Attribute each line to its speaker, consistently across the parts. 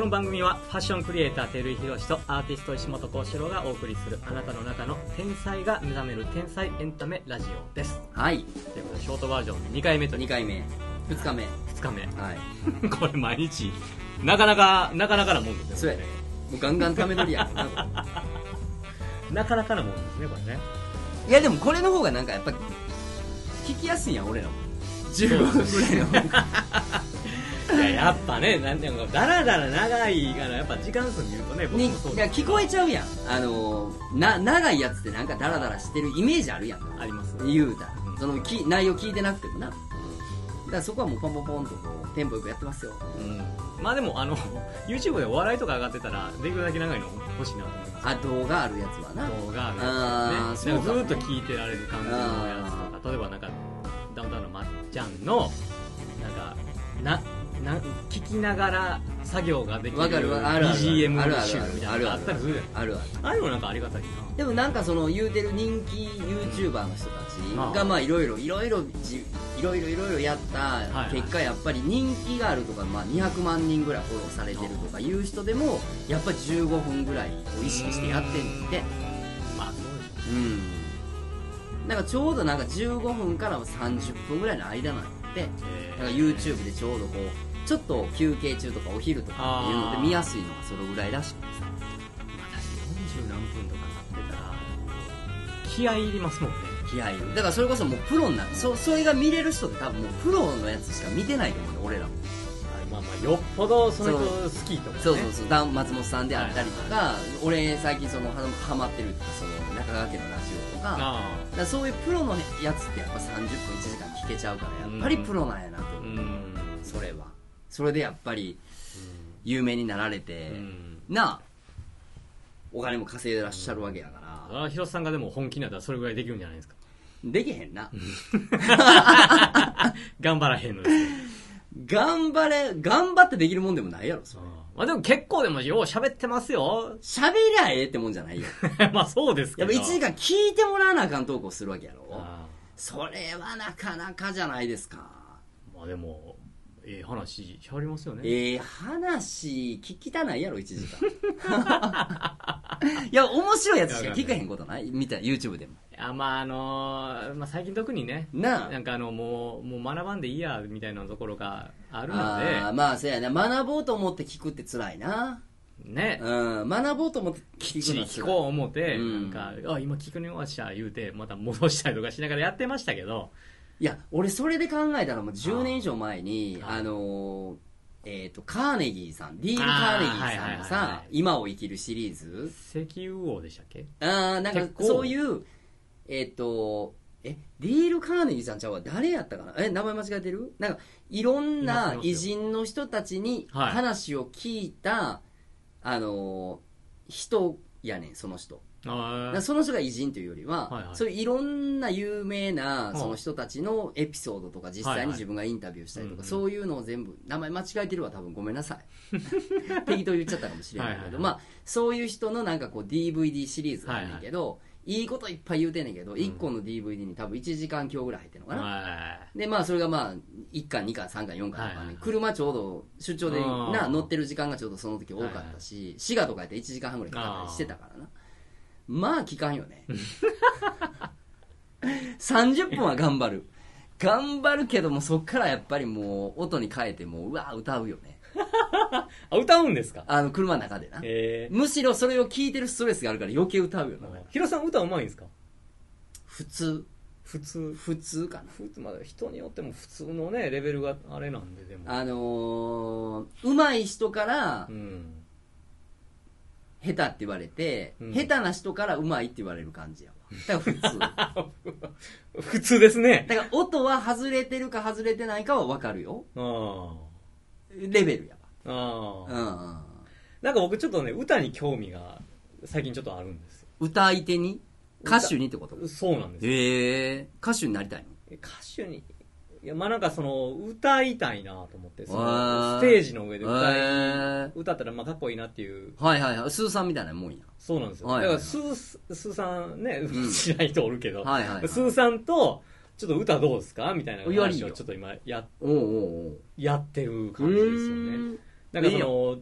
Speaker 1: の番組はファッションクリエイター照井宏とアーティスト石本幸四郎がお送りするあなたの中の天才が目覚める天才エンタメラジオです
Speaker 2: はい
Speaker 1: ということでショートバージョン2回目と
Speaker 2: 2回目2日目
Speaker 1: 2日目
Speaker 2: はい
Speaker 1: これ毎日なかなかなかなかなもんですね
Speaker 2: そうやねもうガンガンため取りやからな
Speaker 1: なかなかなもんですねこれね
Speaker 2: いやでもこれの方がなんかやっぱ聞きやすいやん俺らも15分ぐらいの方が
Speaker 1: いややっぱねなんていうのだらだら長いからやっぱ時間数見るとね僕
Speaker 2: に
Speaker 1: もそう
Speaker 2: い
Speaker 1: で
Speaker 2: や
Speaker 1: すけ
Speaker 2: 聞
Speaker 1: ど
Speaker 2: こえちゃうやんあのな長いやつってなんかダラダラしてるイメージあるやん
Speaker 1: あります
Speaker 2: 言うたら
Speaker 1: うん
Speaker 2: そのき内容聞いてなくてもなだからそこはもうポンポンポンとこうテンポよくやってますよ
Speaker 1: うんまあでもあの YouTube でお笑いとか上がってたらできるだけ長いの欲しいなと思います
Speaker 2: あ動画あるやつはな
Speaker 1: 動画
Speaker 2: あ
Speaker 1: が
Speaker 2: ー
Speaker 1: ねなんか
Speaker 2: そう
Speaker 1: ず
Speaker 2: か
Speaker 1: っと聞いてられる感じのやつとか例えばなんかダウンタウンのまっちゃんのなんかなな聞きながら作業ができる
Speaker 2: わかるわあるある
Speaker 1: BGM
Speaker 2: あるある
Speaker 1: 集みたいなのがあったりするじゃない
Speaker 2: あるある
Speaker 1: ああいうのなんかありがたいな
Speaker 2: でもなんかその言うてる人気 YouTuber の人た
Speaker 1: うん
Speaker 2: ちがまあいろいろいろいろじいろいろいろいろやった
Speaker 1: い
Speaker 2: 結果やっぱり人気があるとかまあ200万人ぐらいフォローされてるとかいう人でもやっぱり15分ぐらいを意識してやってんって
Speaker 1: まあそうでしょ
Speaker 2: うんなんかちょうどなんか15分から30分ぐらいの間なんて
Speaker 1: え
Speaker 2: なん
Speaker 1: ー
Speaker 2: か YouTube でちょうどこうちょっと休憩中とかお昼とかっていうので見やすいのがそのぐらいらしくてさ
Speaker 1: まあ確かに40何分とかなってたら気合い入りますもんね
Speaker 2: 気合いだからそれこそもうプロになるそそれが見れる人って多分もうプロのやつしか見てないと思うね俺らも
Speaker 1: まあまあよっぽどその人
Speaker 2: そ
Speaker 1: 好きとかね
Speaker 2: そうそうそう、ダン松本さんであったりとか、俺最近そのハハマってるってその中川家のラジオとかだか
Speaker 1: ああ
Speaker 2: らそういうプロのやつってやっぱ30分1時間聞けちゃうからやっぱりプロなんやなと思う、
Speaker 1: うん
Speaker 2: それはそれでやっぱり有名になられて、
Speaker 1: うん
Speaker 2: なあお金も稼いでらっしゃるわけやから、
Speaker 1: あ広瀬さんがでも本気になったらそれぐらいできるんじゃないですか
Speaker 2: できへんな、
Speaker 1: 頑張らへんのですね
Speaker 2: 頑張れ頑張ってできるもんでもないやろそれ
Speaker 1: まあでも結構でもよう喋ってますよ
Speaker 2: 喋りゃええってもんじゃないよ
Speaker 1: まあそうですけ
Speaker 2: やっ
Speaker 1: ど
Speaker 2: ぱ1時間聞いてもらわなあかん投稿するわけやろ
Speaker 1: あ
Speaker 2: それはなかなかじゃないですか
Speaker 1: ーまあでもええ話しゃべりますよね
Speaker 2: ええ話聞きたないやろ1時 間いや面白いやつしか聞かへんことないみたいな YouTube でも
Speaker 1: あまああのーまあ、最近特にね
Speaker 2: なあ
Speaker 1: なんかあのもうもう学ばんでいいやみたいなところがある
Speaker 2: あー
Speaker 1: の
Speaker 2: まあそうやな学ぼうと思って聞くって辛いな
Speaker 1: でね
Speaker 2: うん学ぼうと思って
Speaker 1: きっちり聞
Speaker 2: の
Speaker 1: こ
Speaker 2: は
Speaker 1: う思って、
Speaker 2: うん
Speaker 1: なんかあ今聞くにおわしゃ言うてまた戻したりとかしながらやってましたけど
Speaker 2: いや俺それで考えたらもう10年以上前に
Speaker 1: あー
Speaker 2: あのーえっ、とカーネギーさんディーン・カーネギーさん
Speaker 1: あー
Speaker 2: の
Speaker 1: はいはいはいは
Speaker 2: さ
Speaker 1: い
Speaker 2: 「今を生きる」シリーズ
Speaker 1: 石油王でしたっけ
Speaker 2: ああなんか
Speaker 1: 結構
Speaker 2: そういうえっ、とえディール・カーネギーさんちゃうわ誰やったかなえ名前間違えてるなんかいろん
Speaker 1: いますい
Speaker 2: な
Speaker 1: ますよ
Speaker 2: 偉人の人たちに
Speaker 1: はい
Speaker 2: 話を聞いた、あのー人やねんその人だ
Speaker 1: あ
Speaker 2: からその人が偉人というよりは、
Speaker 1: はいはい
Speaker 2: そういういろんな有名
Speaker 1: う
Speaker 2: なんその人たちのエピソードとか実
Speaker 1: はいは
Speaker 2: 際
Speaker 1: い
Speaker 2: に自分がインタビューしたりと
Speaker 1: うん
Speaker 2: か、
Speaker 1: うん
Speaker 2: そういうのを全部名前間違えてるわ多分ごめんなさい 適当に言っちゃったかもしれないけ
Speaker 1: はい
Speaker 2: ど
Speaker 1: はいはい
Speaker 2: まあ、そういう人のなんかこう DVD シリーズがあんねんけど、いい、こといっぱい言うてんねんけど、一1個の DVD に多分1時間強ぐらい入ってるのかな、
Speaker 1: はい
Speaker 2: でまあそれがまあ1巻2巻3巻4巻とかね、
Speaker 1: はいはい
Speaker 2: 車ちょうど出張で
Speaker 1: あー
Speaker 2: な乗ってる時間がちょうどその時多かったし、滋賀とかやったら1時間半ぐらいかかったりしてたからなまあ聞かんよね30分は頑張る頑張るけどもそっからやっぱりもう音に変えてもううわ歌うよね
Speaker 1: あ歌うんですか
Speaker 2: あの車の中でな
Speaker 1: え
Speaker 2: むしろそれを聞いてるストレスがあるから余計歌うよ
Speaker 1: え
Speaker 2: な
Speaker 1: ヒロさん歌うまいんですか
Speaker 2: 普通
Speaker 1: 普通
Speaker 2: 普通かな
Speaker 1: 普通まあ人によっても普通のねレベルがあれなんででも
Speaker 2: あのー、上手い人から、
Speaker 1: うん
Speaker 2: 下手って言われて、
Speaker 1: うん
Speaker 2: 下手な人からうまいって言われる感じやわだから普通だか
Speaker 1: あ 普通ですね
Speaker 2: ら音は外れてるか外れてないかは分かるよ
Speaker 1: ああ
Speaker 2: レベルや
Speaker 1: ああ
Speaker 2: わ、うんうんうん、
Speaker 1: なんか僕ちょっとね歌に興味が最近ちょっとあるんです
Speaker 2: 歌い手に歌手にってこと
Speaker 1: よそうなんですよ
Speaker 2: へえ歌手になりたいの
Speaker 1: 歌手にいやまあなんかその歌いたいなと思ってその
Speaker 2: わー
Speaker 1: ステージの上で
Speaker 2: へ
Speaker 1: 歌い
Speaker 2: ー
Speaker 1: 歌ったらまあかっこいいなっていう
Speaker 2: はいはいはいスーさんみたいなもんや
Speaker 1: そうなんですよ
Speaker 2: は
Speaker 1: だ
Speaker 2: い
Speaker 1: か
Speaker 2: はい
Speaker 1: らスースーさんね
Speaker 2: うん
Speaker 1: 知らない人おるけど
Speaker 2: はいはいはい
Speaker 1: スーさんとちょっと歌どうですかみたいな
Speaker 2: よりいい
Speaker 1: 話を
Speaker 2: よ
Speaker 1: ちょっと今や
Speaker 2: おうおうおう
Speaker 1: やってる感じですよねなんかその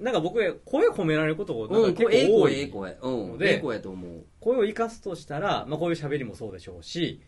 Speaker 1: なんか僕声褒められることがなん
Speaker 2: う
Speaker 1: か
Speaker 2: ん、
Speaker 1: 結
Speaker 2: こ
Speaker 1: 構
Speaker 2: れええ
Speaker 1: 多
Speaker 2: 声、
Speaker 1: い、
Speaker 2: ええ声。うん、
Speaker 1: で
Speaker 2: ええ声やと思う。
Speaker 1: 声を生かすとしたら、まあ、こういう喋りもそうでしょうし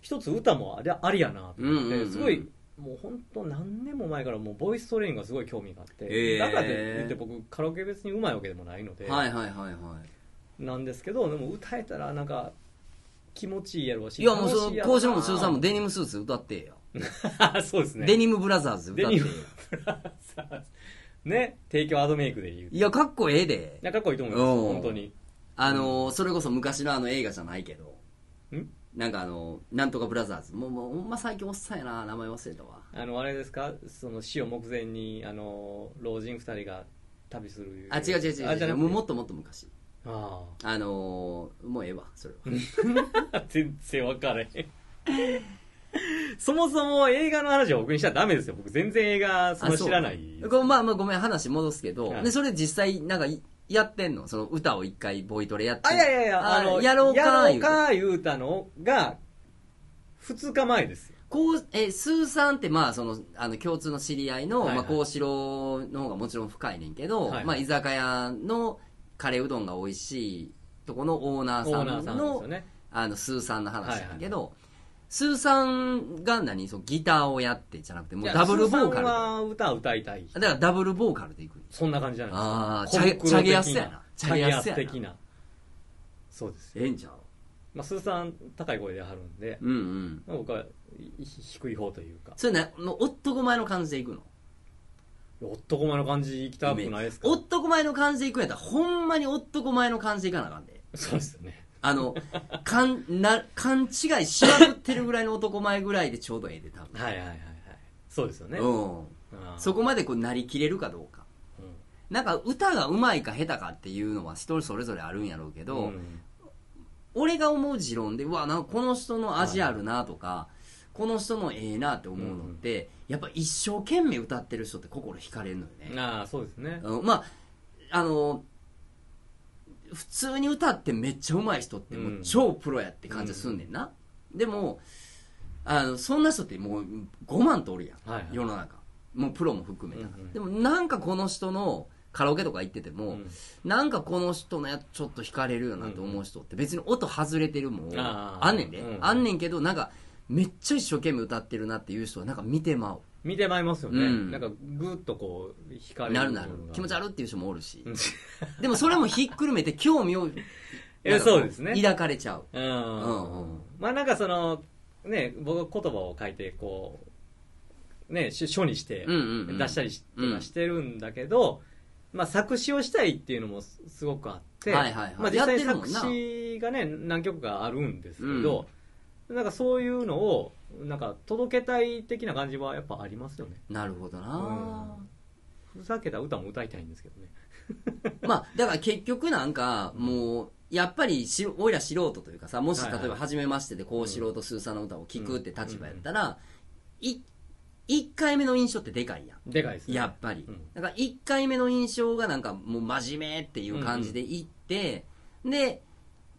Speaker 1: 一つ歌もあれありやなと思っ
Speaker 2: うんうんう
Speaker 1: て
Speaker 2: ん
Speaker 1: すごいもう本当何年も前からもうボイストレーニングがすごい興味があって、
Speaker 2: へー
Speaker 1: だからといって僕カラオケ別にうまいわけでもないので、
Speaker 2: はいはいはいはい。
Speaker 1: なんですけどでも歌えたらなんか気持ちいいやろうし
Speaker 2: いやもうそ
Speaker 1: 楽しいや
Speaker 2: の、
Speaker 1: ろ
Speaker 2: こう
Speaker 1: な
Speaker 2: しろもさんもデニムスーツ歌ってよ。
Speaker 1: そうですね
Speaker 2: デニムブラザーズ歌ってよ
Speaker 1: デニ。ね提供アドメイクで言うい
Speaker 2: いや、かっこええで。
Speaker 1: やかっこいいと思います
Speaker 2: うん
Speaker 1: 本当に
Speaker 2: あのー、それこそ昔のあの映画じゃないけど。
Speaker 1: ん
Speaker 2: なんかあの、なんとかブラザーズ。もう、もうほんま最近おっさんやな。名前忘れたわ。
Speaker 1: あのあれですかその死を目前にあの老人二人が旅する
Speaker 2: あ、違う違う違う
Speaker 1: あじ
Speaker 2: 違
Speaker 1: ゃ
Speaker 2: う。
Speaker 1: な
Speaker 2: もうも
Speaker 1: く
Speaker 2: ってともっと昔。
Speaker 1: あ
Speaker 2: あのー、もうええわ、それは。
Speaker 1: あ 全然分からへんそもそも映画の話を僕にしちゃダメですよ僕全然映画そん
Speaker 2: あ
Speaker 1: な
Speaker 2: そう
Speaker 1: 知らない
Speaker 2: ごまあまあごめん、話戻すけど、
Speaker 1: はい
Speaker 2: で、それ実際、なんかい、やってんのその歌を一回ボイトレやって
Speaker 1: あいやいやいや
Speaker 2: あ
Speaker 1: あの
Speaker 2: やろうか
Speaker 1: やろうか言うたのが2日前ですよ
Speaker 2: こう、え、スーさんって、まあ、その、あの、共通の知り合いの、
Speaker 1: はいはい
Speaker 2: まあ、幸四郎の方がもちろん深いねんけど、
Speaker 1: はいはい
Speaker 2: まあ、居酒屋のカレーうどんが美味しいとこのオーナーさ
Speaker 1: オーナーさん
Speaker 2: ん
Speaker 1: です
Speaker 2: の、
Speaker 1: よね
Speaker 2: あの、スーさんの話なんだけど、スーさんが何そのギターをやってじゃなくて、もうダブルボーカル
Speaker 1: いやスー
Speaker 2: で。
Speaker 1: さ
Speaker 2: だ
Speaker 1: んは歌を歌いたい
Speaker 2: からダブルボーカルでいくの
Speaker 1: そんな感じじゃない
Speaker 2: あー
Speaker 1: コンクール的
Speaker 2: チャゲチャゲやすやな
Speaker 1: チャゲやす
Speaker 2: チャゲやすやな
Speaker 1: 的なそうですよ、
Speaker 2: ええんちゃう
Speaker 1: まあ、スーさん高い声で張るんで、
Speaker 2: うんうん。
Speaker 1: まあ、僕はいひ低い方というか
Speaker 2: それな、もう男前の感じでいくの
Speaker 1: 男前の感じ行きたくないですか
Speaker 2: 男前の感じでいくんやったら、ほんまに男前の感じでいかなあかんで。
Speaker 1: そうですよね
Speaker 2: あの、 かん、な、勘違いしまくってるぐらいの男前ぐらいでちょうどええで、多分。
Speaker 1: はいはいはいはいそうですよね、
Speaker 2: う
Speaker 1: あー
Speaker 2: ん。そこまでこう、なりきれるかどうか。
Speaker 1: うん
Speaker 2: なんか、歌が上手いか下手かっていうのは人それぞれあるんやろうけ
Speaker 1: う
Speaker 2: ど、
Speaker 1: ん
Speaker 2: 俺が思う持論で、うわ、なんかこの人の味あるなとか、この人のええなって思うのって、やっぱ一生懸命歌ってる人って心惹かれるのよね。
Speaker 1: ああそうですね
Speaker 2: あのまああの普通に歌ってめっちゃ上手い人ってもううん超プロやって感じがすんねんな、でもあのそんな人ってもう5万とおるやん、
Speaker 1: はいはい
Speaker 2: 世の中もうプロも含めたら、
Speaker 1: うんうん
Speaker 2: でもなんかこの人のカラオケとか行ってても、
Speaker 1: うん
Speaker 2: なんかこの人のやつちょっと惹かれるよなと思う人って別に音外れてるもん
Speaker 1: あ
Speaker 2: あ
Speaker 1: ー
Speaker 2: んねんで、
Speaker 1: うん
Speaker 2: あんねんけどなんかめっちゃ一生懸命歌ってるなっていう人はなんか見てまう
Speaker 1: 見てまいりますよね、
Speaker 2: うん
Speaker 1: なんかグッとこう惹かれる
Speaker 2: なるなる気持ち悪
Speaker 1: い
Speaker 2: っていう人もおるし、
Speaker 1: うん
Speaker 2: でもそれもひっくるめて興味を
Speaker 1: えそうですね
Speaker 2: 抱かれちゃう。
Speaker 1: うん
Speaker 2: うんうん
Speaker 1: まあなんかそのね僕言葉を書いてこうねし書にして
Speaker 2: うんうんうん
Speaker 1: 出したりし,、してるんだけど、まあ作詞をしたいっていうのもすすごくあって、
Speaker 2: はいはいはい
Speaker 1: まあ、実際
Speaker 2: やってるも
Speaker 1: 作
Speaker 2: んな
Speaker 1: 詞がね何曲かあるんですけど、なんかそういうのをなんか届けたい的な感じはやっぱありますよね
Speaker 2: なるほどな、
Speaker 1: ふざけた歌も歌いたいんですけどね
Speaker 2: まあ、だから結局なんか、
Speaker 1: うん
Speaker 2: もう、やっぱりし、おいら素人というかさ、もし
Speaker 1: はいはい
Speaker 2: 例えば初めましてで、こう素人スーさんの歌を聴くって立場やったら、い、1回目の印象ってでかいやん。
Speaker 1: でかいですね
Speaker 2: やっぱり
Speaker 1: うん。
Speaker 2: だから1回目の印象がなんかもう真面目っていう感じでいって、で、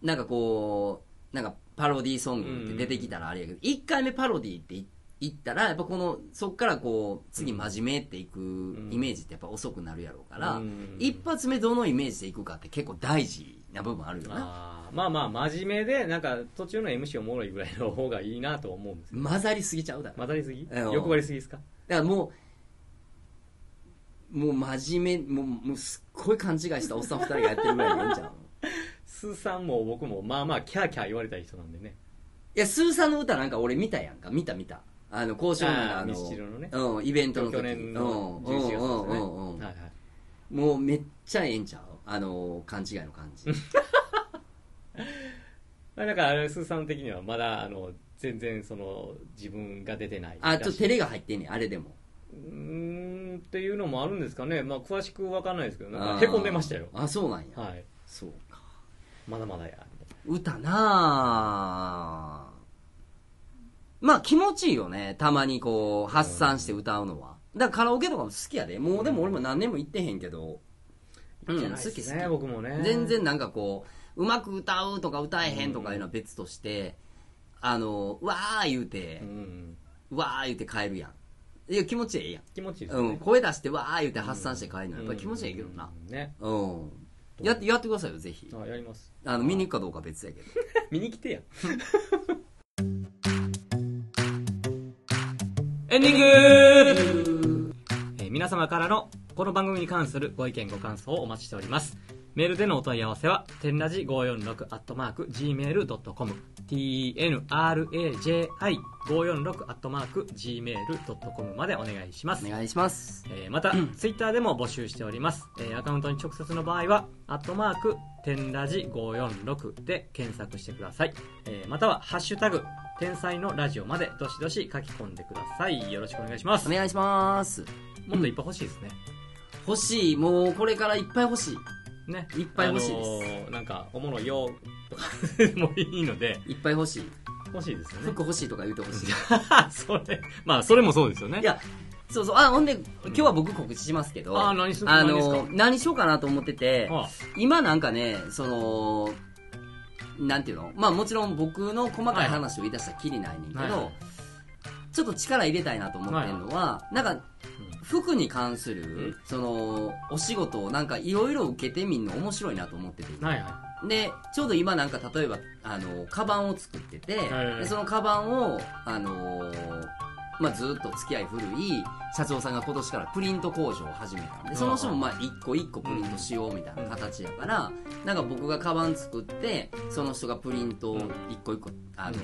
Speaker 2: なんかこう、なんかパロディーソングって出てきたらあれやけど、1回目パロディーっていったら、やっぱこの、そっからこう、次真面目っていくイメージってやっぱ遅くなるやろうから、
Speaker 1: うん
Speaker 2: 一発目どのイメージでいくかって結構大事な部分あるよな。
Speaker 1: あーまあまあ真面目でなんか途中の MC おもろいぐらいの方がいいなとは思うんですよ
Speaker 2: 混ざりすぎちゃうだろ。
Speaker 1: 混ざりすぎ
Speaker 2: ええ
Speaker 1: 欲張りすぎですか
Speaker 2: だからもう、もう真面目、もう、もうすっごい勘違いしたおっさん二人がやってるぐらいでいいんちゃう
Speaker 1: スーさんも僕もまあまあキャーキャー言われたい人なんでね
Speaker 2: いや、スーさんの歌なんか俺見たやんか。見た見た。あの、交渉の
Speaker 1: あ
Speaker 2: あ
Speaker 1: ー
Speaker 2: の
Speaker 1: ミスチルのね
Speaker 2: うん、イベントの時
Speaker 1: 去年の11月ですね
Speaker 2: うんうんうんうん
Speaker 1: はいはい
Speaker 2: もうめっちゃええんちゃうあの、勘違いの感じ。
Speaker 1: まあだからあれスーさん的にはまだあの全然その自分が出てない
Speaker 2: あ、ちょっと
Speaker 1: う
Speaker 2: 照れが入ってんねん、あれでも。
Speaker 1: ーんっていうのもあるんですかねまあ詳しくわかんないですけどなんかへこんでましたよ
Speaker 2: あー、あそうなんや。
Speaker 1: はい
Speaker 2: そうか。
Speaker 1: まだまだやみたい
Speaker 2: 歌なあまあ気持ちいいよね。たまにこう、発散して歌うのは。だからカラオケとかも好きやで。もうでも俺も何年も行ってへんけど。
Speaker 1: な行ってない
Speaker 2: 好
Speaker 1: で
Speaker 2: き
Speaker 1: す
Speaker 2: 好き
Speaker 1: ね。僕もね
Speaker 2: 全然なんかこううまく歌うとか歌えへんとかいうのは別として、あのわー言うて
Speaker 1: う、ん
Speaker 2: わー言うて帰るやんいや気持ちええやん、
Speaker 1: 気持ちいいです
Speaker 2: う
Speaker 1: よ
Speaker 2: ん、
Speaker 1: ね、
Speaker 2: 声出してわー言うて発散して帰るのやっぱり気持ちええけどな
Speaker 1: うんね
Speaker 2: うん、やってやってくださいよぜひ
Speaker 1: あやります
Speaker 2: あの見に行くかどうか別やけど
Speaker 1: 見に来てや
Speaker 2: エンディング
Speaker 1: えー皆様からのこの番組に関するご意見ご感想をお待ちしておりますメールでのお問い合わせは天ラジ546アットマーク gmail.com tnraji546 アットマーク gmail.com までお願いします
Speaker 2: お願いします
Speaker 1: えーまた、ツイッターでも募集しております。えーアカウントに直接の場合は、アットマーク、天ラジ546で検索してください。えーまたは、ハッシュタグ、天才のラジオまで、どしどし書き込んでください。よろしくお願いします。
Speaker 2: お願いします
Speaker 1: もっといっぱい欲しいですね。
Speaker 2: 欲しいもうこれからいっぱい欲し
Speaker 1: ね。
Speaker 2: いいっぱい欲しいです、
Speaker 1: あのーなんか、おもろいよ、とか、 もういいので、
Speaker 2: いっぱい欲しい
Speaker 1: 欲しいですよね
Speaker 2: 服。欲しいとか言うてほしい
Speaker 1: それ、まあ、それもそうですよね。
Speaker 2: いやそうそうあほんで今日は僕告知しますけど、
Speaker 1: あー何す
Speaker 2: あ
Speaker 1: 何ですか
Speaker 2: の何しようかなと思ってて、
Speaker 1: あ
Speaker 2: 今なんかねそのなんていうのまあもちろん僕の細かい話を言い出したらきりないねんけど、
Speaker 1: はいはい
Speaker 2: ちょっと力入れたいなと思ってるのは、なんか服に関する、
Speaker 1: ん
Speaker 2: そのお仕事をなんかいろいろ受けてみるの面白いなと思ってて、
Speaker 1: はいは
Speaker 2: でちょうど今なんか例えばあのカバンを作ってて、
Speaker 1: はいはい
Speaker 2: でそのカバンをあのまあ、ずっと付き合い古い社長さんが今年からプリント工場を始めたんでその人もまあ一個一個プリントしようみたいな形やから、なんか僕がカバン作ってその人がプリントを一個一個あの、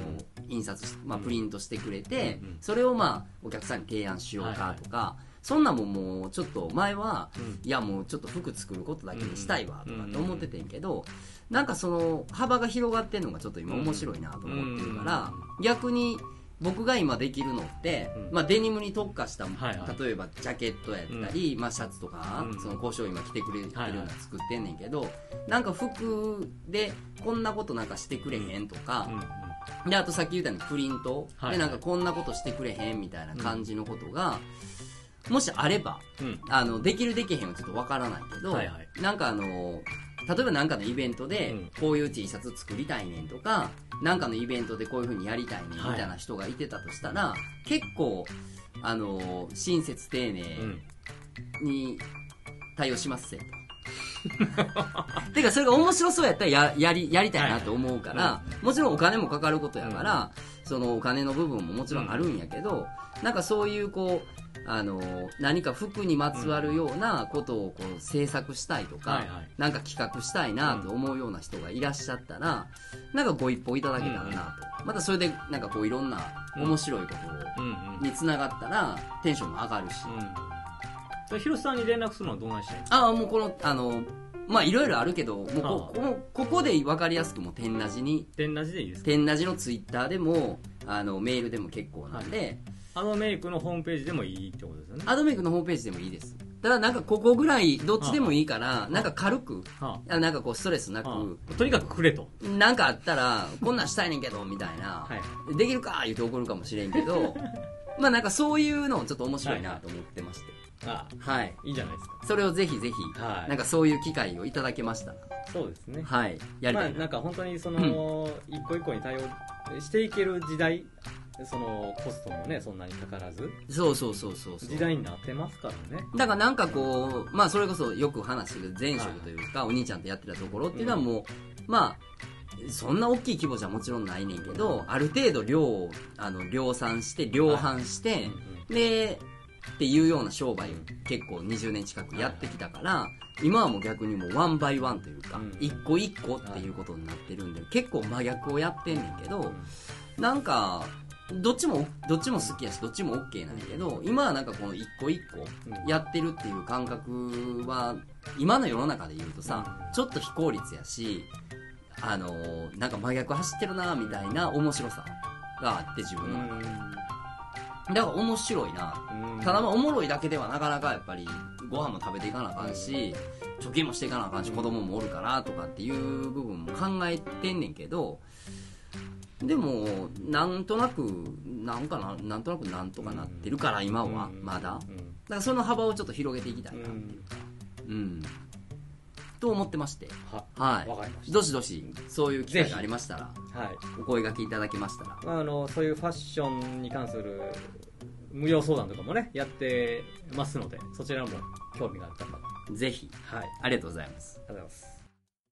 Speaker 2: 印刷し、まあ、プリントしてくれて、
Speaker 1: うんうん
Speaker 2: それをまあお客さんに提案しようかとか、そんなんももうちょっと前は、
Speaker 1: うん
Speaker 2: いやもうちょっと服作ることだけにしたいわとかって思ってて
Speaker 1: うん
Speaker 2: ってんけどなんかその幅が広がってんのがちょっと今面白いなと思ってるから、逆に僕が今できるのって、
Speaker 1: うん
Speaker 2: まあ、デニムに特化した、
Speaker 1: はいはい
Speaker 2: 例えばジャケットやったり、まあ、シャツとか、
Speaker 1: うん
Speaker 2: その交渉今着てくれてるよう
Speaker 1: はいは
Speaker 2: ない作ってんねんけど、なんか服でこんなことなんかしてくれへんとか
Speaker 1: い。、うん
Speaker 2: であとさっき言ったようにプリント、
Speaker 1: はいはい
Speaker 2: でなんかこんなことしてくれへんみたいな感じのことが、もしあれば
Speaker 1: うん。うん。
Speaker 2: あのできるできへんはちょっとわからないけど、
Speaker 1: はいはい
Speaker 2: なんかあの例えばなんかのイベントで
Speaker 1: うん
Speaker 2: こういう T シャツ作りたいねんとか、なんかのイベントでこういうふうにやりたいねんみ
Speaker 1: はい
Speaker 2: たいな人がいてたとしたら、結構あの親切丁寧
Speaker 1: うん。
Speaker 2: に対応しますぜと。 てかそれが面白そうやったらややりやりたいなと思うから、
Speaker 1: はい
Speaker 2: もちろんお金もかかることやから、そのお金の部分ももちろんあるんやけど、なんかそういうこうあの何か服にまつわるようなことをこう制作したいとか、
Speaker 1: はいはい
Speaker 2: なんか企画したいなと思うような人がいらっしゃったら、なんかご一報いただけたらなと、またそれでなんかこういろんな面白いこ
Speaker 1: うん。うん
Speaker 2: とにつながったらテンションも上がるし、
Speaker 1: うんそれ。広瀬さんに連絡するのはどうなんしたらいいんですか
Speaker 2: ああもうこのあのまあいろいろあるけどもうこ
Speaker 1: あ
Speaker 2: こもここで分かりやすくもう天ラジに
Speaker 1: 天ラジでいいですか
Speaker 2: 天ラジのツイッターでもあのメールでも結構なんで、
Speaker 1: あのメイクのホームページでもいいってことですよね。
Speaker 2: アドメイクのホームページでもいいですただなんかここぐらいどっちでもいいからなんか軽く
Speaker 1: は
Speaker 2: あなんかこうストレスな
Speaker 1: あは
Speaker 2: く
Speaker 1: あとにかくくれと。
Speaker 2: なんかあったらこんなんしたいねんけどみたいな、
Speaker 1: はい
Speaker 2: できるか言うて怒るかもしれんけど まあなんかそういうのをちょっと面白いなと思ってまして
Speaker 1: あ
Speaker 2: はい、
Speaker 1: いいじゃないですか。
Speaker 2: それをぜひぜひ、
Speaker 1: はい
Speaker 2: なんかそういう機会をいただけましたら
Speaker 1: そうですね。
Speaker 2: はいやり
Speaker 1: ま
Speaker 2: た
Speaker 1: あ、
Speaker 2: いな
Speaker 1: なんか本当にその、一個一個に対応していける時代、そのコストもね、そんなにかからず、
Speaker 2: そうそうそうそうそう
Speaker 1: 時代になってますからね。
Speaker 2: だからなんかこうまあそれこそよく話する前職というかお兄ちゃんとやってたところっていうのはもう、まあそんな大きい規模じゃもちろんないねんけどある程度量をあの量産して量販して、
Speaker 1: うん
Speaker 2: でっていうような商売を結構20年近くやってきたから、今はもう逆にもうワンバイワンというか、
Speaker 1: うん
Speaker 2: 一個一個っていうことになってるんで結構真逆をやってんねんけど、
Speaker 1: うん
Speaker 2: なんかどっちもどっちも好きやしどっちも OK なんやけど今はなんかこの一個一個
Speaker 1: うん
Speaker 2: やってるっていう感覚は今の世の中で言うとさ、
Speaker 1: うん
Speaker 2: ちょっと非効率やしあのーなんか真逆走ってるなみたいな面白さがあって自分の中で、だから面白いな
Speaker 1: うん
Speaker 2: ただまあおもろいだけではなかなかやっぱりご飯も食べていかなあかんし貯金もしていかなあかんし子供もおるからとかっていう部分も考えてんねんけどでもなんとなくなんかななんとなくなんとかなってるから今は
Speaker 1: うん
Speaker 2: まだだか
Speaker 1: うん
Speaker 2: らその幅をちょっと広げていきたいな
Speaker 1: うん
Speaker 2: うん。と思ってまして。
Speaker 1: は、
Speaker 2: はい。
Speaker 1: わかりまし
Speaker 2: どしどし、そういう機会がありましたら、
Speaker 1: た。はい。
Speaker 2: お声掛けいただけましたら。
Speaker 1: まあ、あのそういうファッションに関する無料相談とかもね、やってますので、そちらも興味があった方は、
Speaker 2: ぜひ
Speaker 1: はい、あり
Speaker 2: ありがとうございます
Speaker 1: がとうございます。